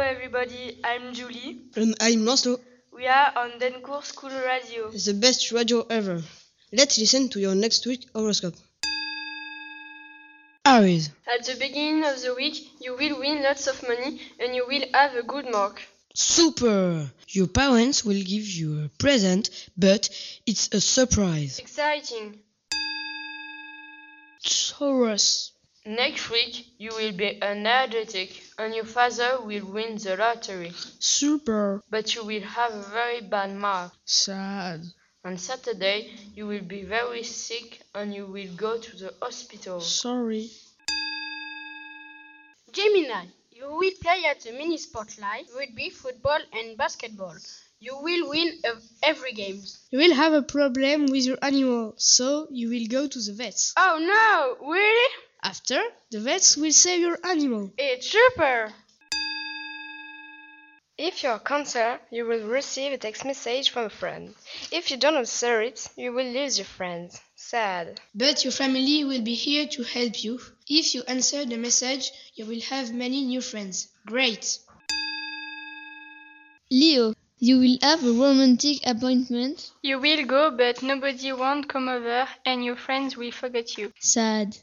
everybody. I'm Julie. And I'm Laszlo, We are on Dencourt School Radio. the best radio ever. Let's listen to your next week horoscope. Aries, At the beginning of the week, you will win lots of money and you will have a good mark. super! Your parents will give you a present, but it's a surprise. Exciting. Taurus, Next week, you will be energetic and your father will win the lottery, super! but you will have a very bad mark. Sad. On Saturday, you will be very sick and you will go to the hospital. Sorry. Gemini, you will play at the mini spotlight, rugby, football, and basketball. You will win ev- every game. You will have a problem with your animal, so you will go to the vets. Oh no! Really? After, the vets will save your animal. It's super! If you're cancer, you will receive a text message from a friend. If you don't answer it, you will lose your friends. Sad. But your family will be here to help you. If you answer the message, you will have many new friends. Great! Leo, you will have a romantic appointment. You will go, but nobody won't come over, and your friends will forget you. Sad.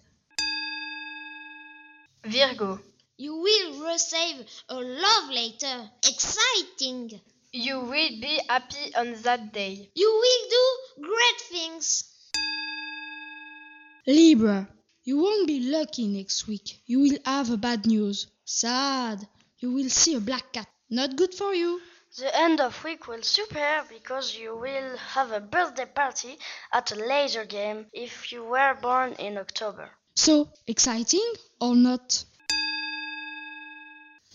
Virgo, You will receive a love letter. Exciting! you will be happy on that day. You will do great things. Libra, you won't be lucky next week. You will have a bad news. Sad. You will see a black cat. Not good for you. The end of week will super because you will have a birthday party at a laser game if you were born in October. So, exciting or not?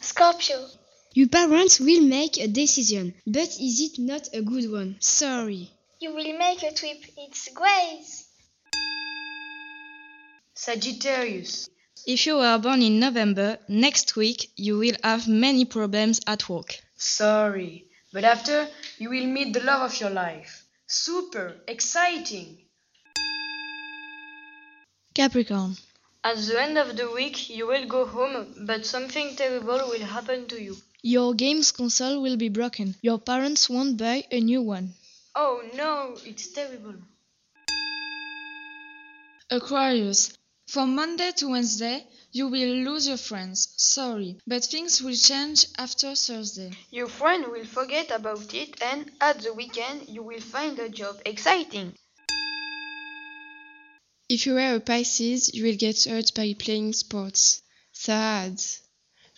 Scorpio. Your parents will make a decision, but is it not a good one? Sorry. You will make a trip. It's great. Sagittarius, If you were born in November, next week you will have many problems at work. sorry, but after, you will meet the love of your life. Super exciting! Capricorn, At the end of the week, you will go home, but something terrible will happen to you. your games console will be broken. Your parents won't buy a new one. Oh no, it's terrible. Aquarius, from Monday to Wednesday, you will lose your friends. Sorry, but things will change after Thursday. Your friend will forget about it, and at the weekend, you will find a job exciting. If you were a Pisces, you will get hurt by playing sports. Sad.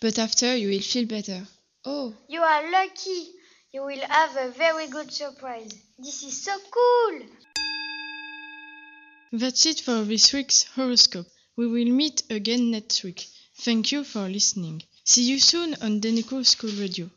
But after, you will feel better. Oh, You are lucky. You will have a very good surprise. This is so cool. That's it for this week's horoscope. We will meet again next week. Thank you for listening. See you soon on Deneco School Radio.